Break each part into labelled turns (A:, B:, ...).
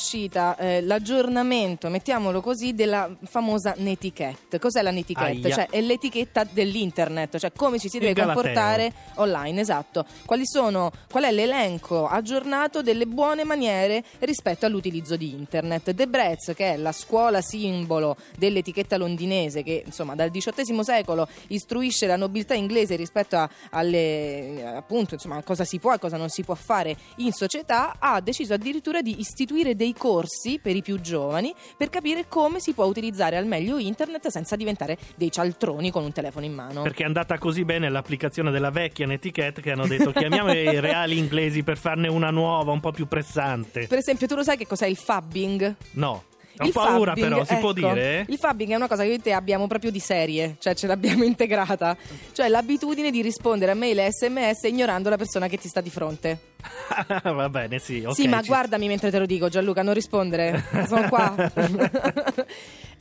A: uscita eh, l'aggiornamento, mettiamolo così, della famosa netiquette. Cos'è la netiquette?
B: Aia.
A: Cioè è l'etichetta dell'internet, cioè come ci si
B: Il
A: deve
B: galateo.
A: comportare online, esatto. Quali sono, qual è l'elenco aggiornato delle buone maniere rispetto all'utilizzo di internet? The Brez, che è la scuola simbolo dell'etichetta londinese, che insomma dal XVIII secolo istruisce la nobiltà inglese rispetto a, alle, appunto, insomma, a cosa si può e cosa non si può fare in società, ha deciso addirittura di istituire dei corsi per i più giovani per capire come si può utilizzare al meglio internet senza diventare dei cialtroni con un telefono in mano.
B: Perché è andata così bene l'applicazione della vecchia netiquette che hanno detto chiamiamo i reali inglesi per farne una nuova, un po' più pressante.
A: Per esempio, tu lo sai che cos'è il fabbing?
B: No, ho
A: Il
B: paura
A: fabbing,
B: però, si può
A: ecco,
B: dire?
A: Il fabbing è una cosa che io e te abbiamo proprio di serie, cioè ce l'abbiamo integrata. Cioè l'abitudine di rispondere a mail e sms ignorando la persona che ti sta di fronte.
B: Va bene, sì. ok,
A: sì, ma
B: ci-
A: guardami mentre te lo dico, Gianluca, non rispondere, sono qua.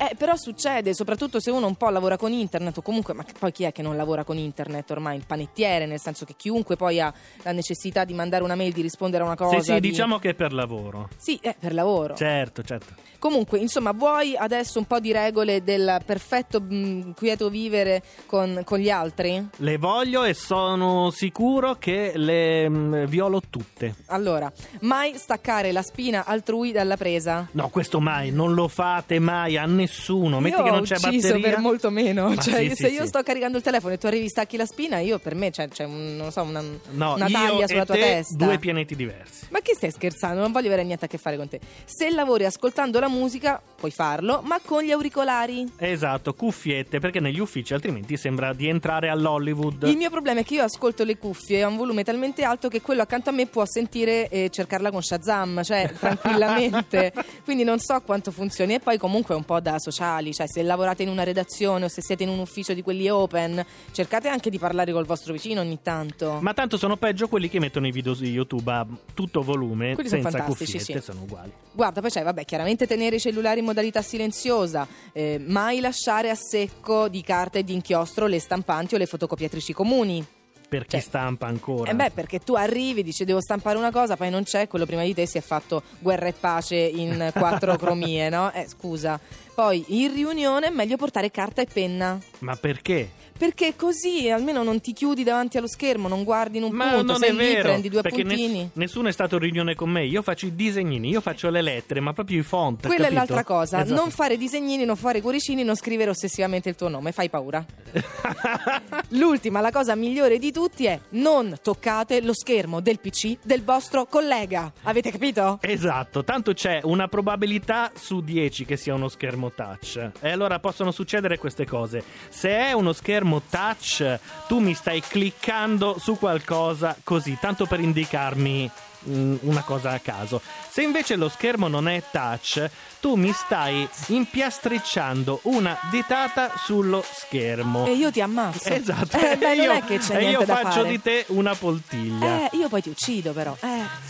A: Eh, però succede, soprattutto se uno un po' lavora con internet, o comunque, ma poi chi è che non lavora con internet ormai? Il panettiere, nel senso che chiunque poi ha la necessità di mandare una mail, di rispondere a una cosa.
B: Sì, sì,
A: di-
B: diciamo che è per lavoro.
A: Sì, eh, per lavoro.
B: Certo, certo.
A: Comunque, insomma, vuoi adesso un po' di regole del perfetto mh, quieto vivere con, con gli altri?
B: Le voglio e sono sicuro che le mh, violo tutte.
A: Allora, mai staccare la spina altrui dalla presa.
B: No, questo mai, non lo fate mai a nessuno. Metti
A: io
B: che non
A: ho
B: c'è
A: ucciso
B: batteria.
A: per molto meno.
B: Ma
A: Cioè,
B: sì, sì,
A: se io
B: sì.
A: sto caricando il telefono e tu arrivi stacchi la spina, io per me c'è, c'è un- non so, una,
B: No,
A: una
B: io
A: taglia
B: e
A: sulla tua
B: te,
A: testa.
B: Due pianeti diversi.
A: ma che stai scherzando? Non voglio avere niente a che fare con te. Se lavori ascoltando la musica, puoi farlo, ma con gli auricolari.
B: Esatto, cuffiette, perché negli uffici altrimenti sembra di entrare all'Hollywood.
A: Il mio problema è che io ascolto le cuffie a un volume talmente alto che quello accanto a me può sentire e cercarla con Shazam, cioè tranquillamente. Quindi non so quanto funzioni. E poi comunque è un po' da sociali, cioè se lavorate in una redazione o se siete in un ufficio di quelli open, cercate anche di parlare col vostro vicino ogni tanto.
B: Ma tanto sono peggio quelli che mettono i video su YouTube a tutto volume
A: Quelli sono
B: senza
A: fantastici,
B: cuffiette,
A: sì.
B: sono uguali.
A: Guarda, poi c'è, vabbè, chiaramente tenere i cellulari in modalità silenziosa, eh, mai lasciare a secco di carta e di inchiostro le stampanti o le fotocopiatrici comuni.
B: Per chi
A: Cioè,
B: stampa ancora.
A: Eh beh, perché tu arrivi, dici devo stampare una cosa, poi non c'è, quello prima di te si è fatto guerra e pace in quattro cromie, no? Eh, scusa. Poi in riunione è meglio portare carta e penna.
B: Ma perché?
A: Perché così almeno non ti chiudi davanti allo schermo, non guardi in un
B: Ma
A: punto,
B: non
A: sei
B: è
A: lì,
B: vero,
A: prendi due
B: perché ness-
A: puntini.
B: nessuno è stato in riunione con me. Io faccio i disegnini, io faccio le lettere, ma proprio i font.
A: Quella è
B: capito?
A: l'altra cosa,
B: Esatto.
A: non fare disegnini, non fare cuoricini, non scrivere ossessivamente il tuo nome, fai paura. L'ultima, la cosa migliore di tutti è non toccate lo schermo del PC del vostro collega. Avete capito?
B: Esatto, tanto c'è una probabilità su 10 che sia uno schermo touch. E allora possono succedere queste cose. Se è uno schermo touch, tu mi stai cliccando su qualcosa così, tanto per indicarmi mm, una cosa a caso. Se invece lo schermo non è touch, tu mi stai impiastricciando una ditata sullo schermo.
A: E io ti ammazzo.
B: Esatto,
A: Eh, beh,
B: e io,
A: non è che c'è
B: e io
A: niente da
B: faccio
A: fare.
B: di te una poltiglia.
A: Eh, io poi ti uccido però. Eh.